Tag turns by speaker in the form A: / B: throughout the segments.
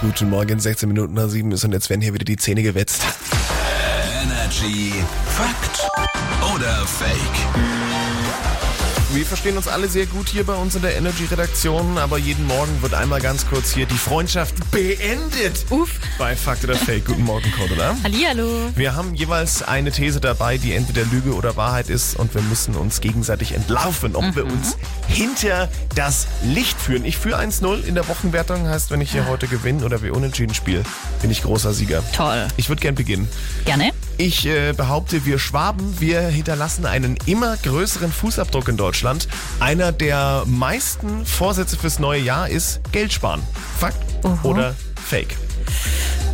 A: Guten Morgen, 16 Minuten nach 7 ist und jetzt werden hier wieder die Zähne gewetzt.
B: Energy Fakt oder Fake?
A: Wir verstehen uns alle sehr gut hier bei uns in der Energy-Redaktion, aber jeden Morgen wird einmal ganz kurz hier die Freundschaft beendet.
C: Uff.
A: Bei Fakt oder Fake. Guten Morgen, Cordula.
C: Hallihallo.
A: Wir haben jeweils eine These dabei, die entweder Lüge oder Wahrheit ist und wir müssen uns gegenseitig entlaufen, ob
C: Mhm.
A: wir uns hinter das Licht führen. Ich führe 1-0 in der Wochenwertung, heißt, wenn
C: Ah.
A: ich hier heute gewinne oder wir unentschieden spielen, bin ich großer Sieger.
C: Toll.
A: Ich würde gern beginnen.
C: Gerne.
A: Ich äh, behaupte, wir Schwaben, wir hinterlassen einen immer größeren Fußabdruck in Deutschland. Einer der meisten Vorsätze fürs neue Jahr ist Geld sparen. Fakt
C: Oho.
A: oder Fake?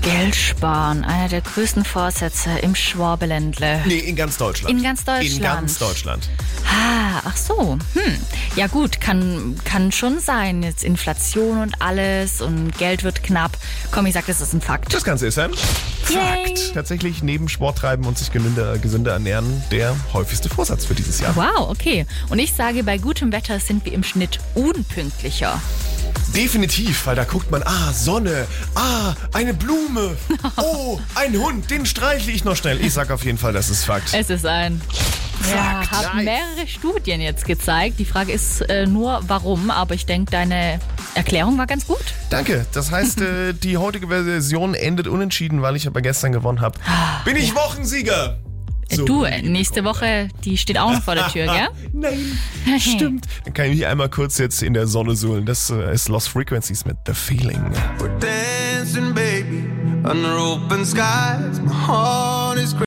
C: Geld sparen, einer der größten Vorsätze im Schwabeländle.
A: Nee, in ganz Deutschland.
C: In ganz Deutschland.
A: In ganz Deutschland.
C: Ah, ach so. Hm. Ja gut, kann, kann schon sein. Jetzt Inflation und alles und Geld wird knapp. Komm, ich sag, das ist ein Fakt.
A: Das Ganze ist ein Fakt. Tatsächlich neben Sport treiben und sich gesünder, gesünder ernähren der häufigste Vorsatz für dieses Jahr.
C: Wow, okay. Und ich sage, bei gutem Wetter sind wir im Schnitt unpünktlicher.
A: Definitiv, weil da guckt man, ah, Sonne, ah, eine Blume, oh, ein Hund, den streichle ich noch schnell. Ich sag auf jeden Fall, das ist Fakt.
C: Es ist ein. Ja,
A: Fakt. Nice.
C: haben mehrere Studien jetzt gezeigt. Die Frage ist äh, nur, warum. Aber ich denke, deine Erklärung war ganz gut.
A: Danke. Das heißt, äh, die heutige Version endet unentschieden, weil ich aber gestern gewonnen habe. Bin ich Wochensieger? So,
C: Äh, du,
A: liebe
C: nächste
A: Corona.
C: Woche, die steht auch noch vor der Tür, gell?
A: Nein, stimmt. Dann kann ich mich einmal kurz jetzt in der Sonne suhlen. Das äh, ist Lost Frequencies mit The Feeling.
B: Dancing baby under open skies, my heart is crazy.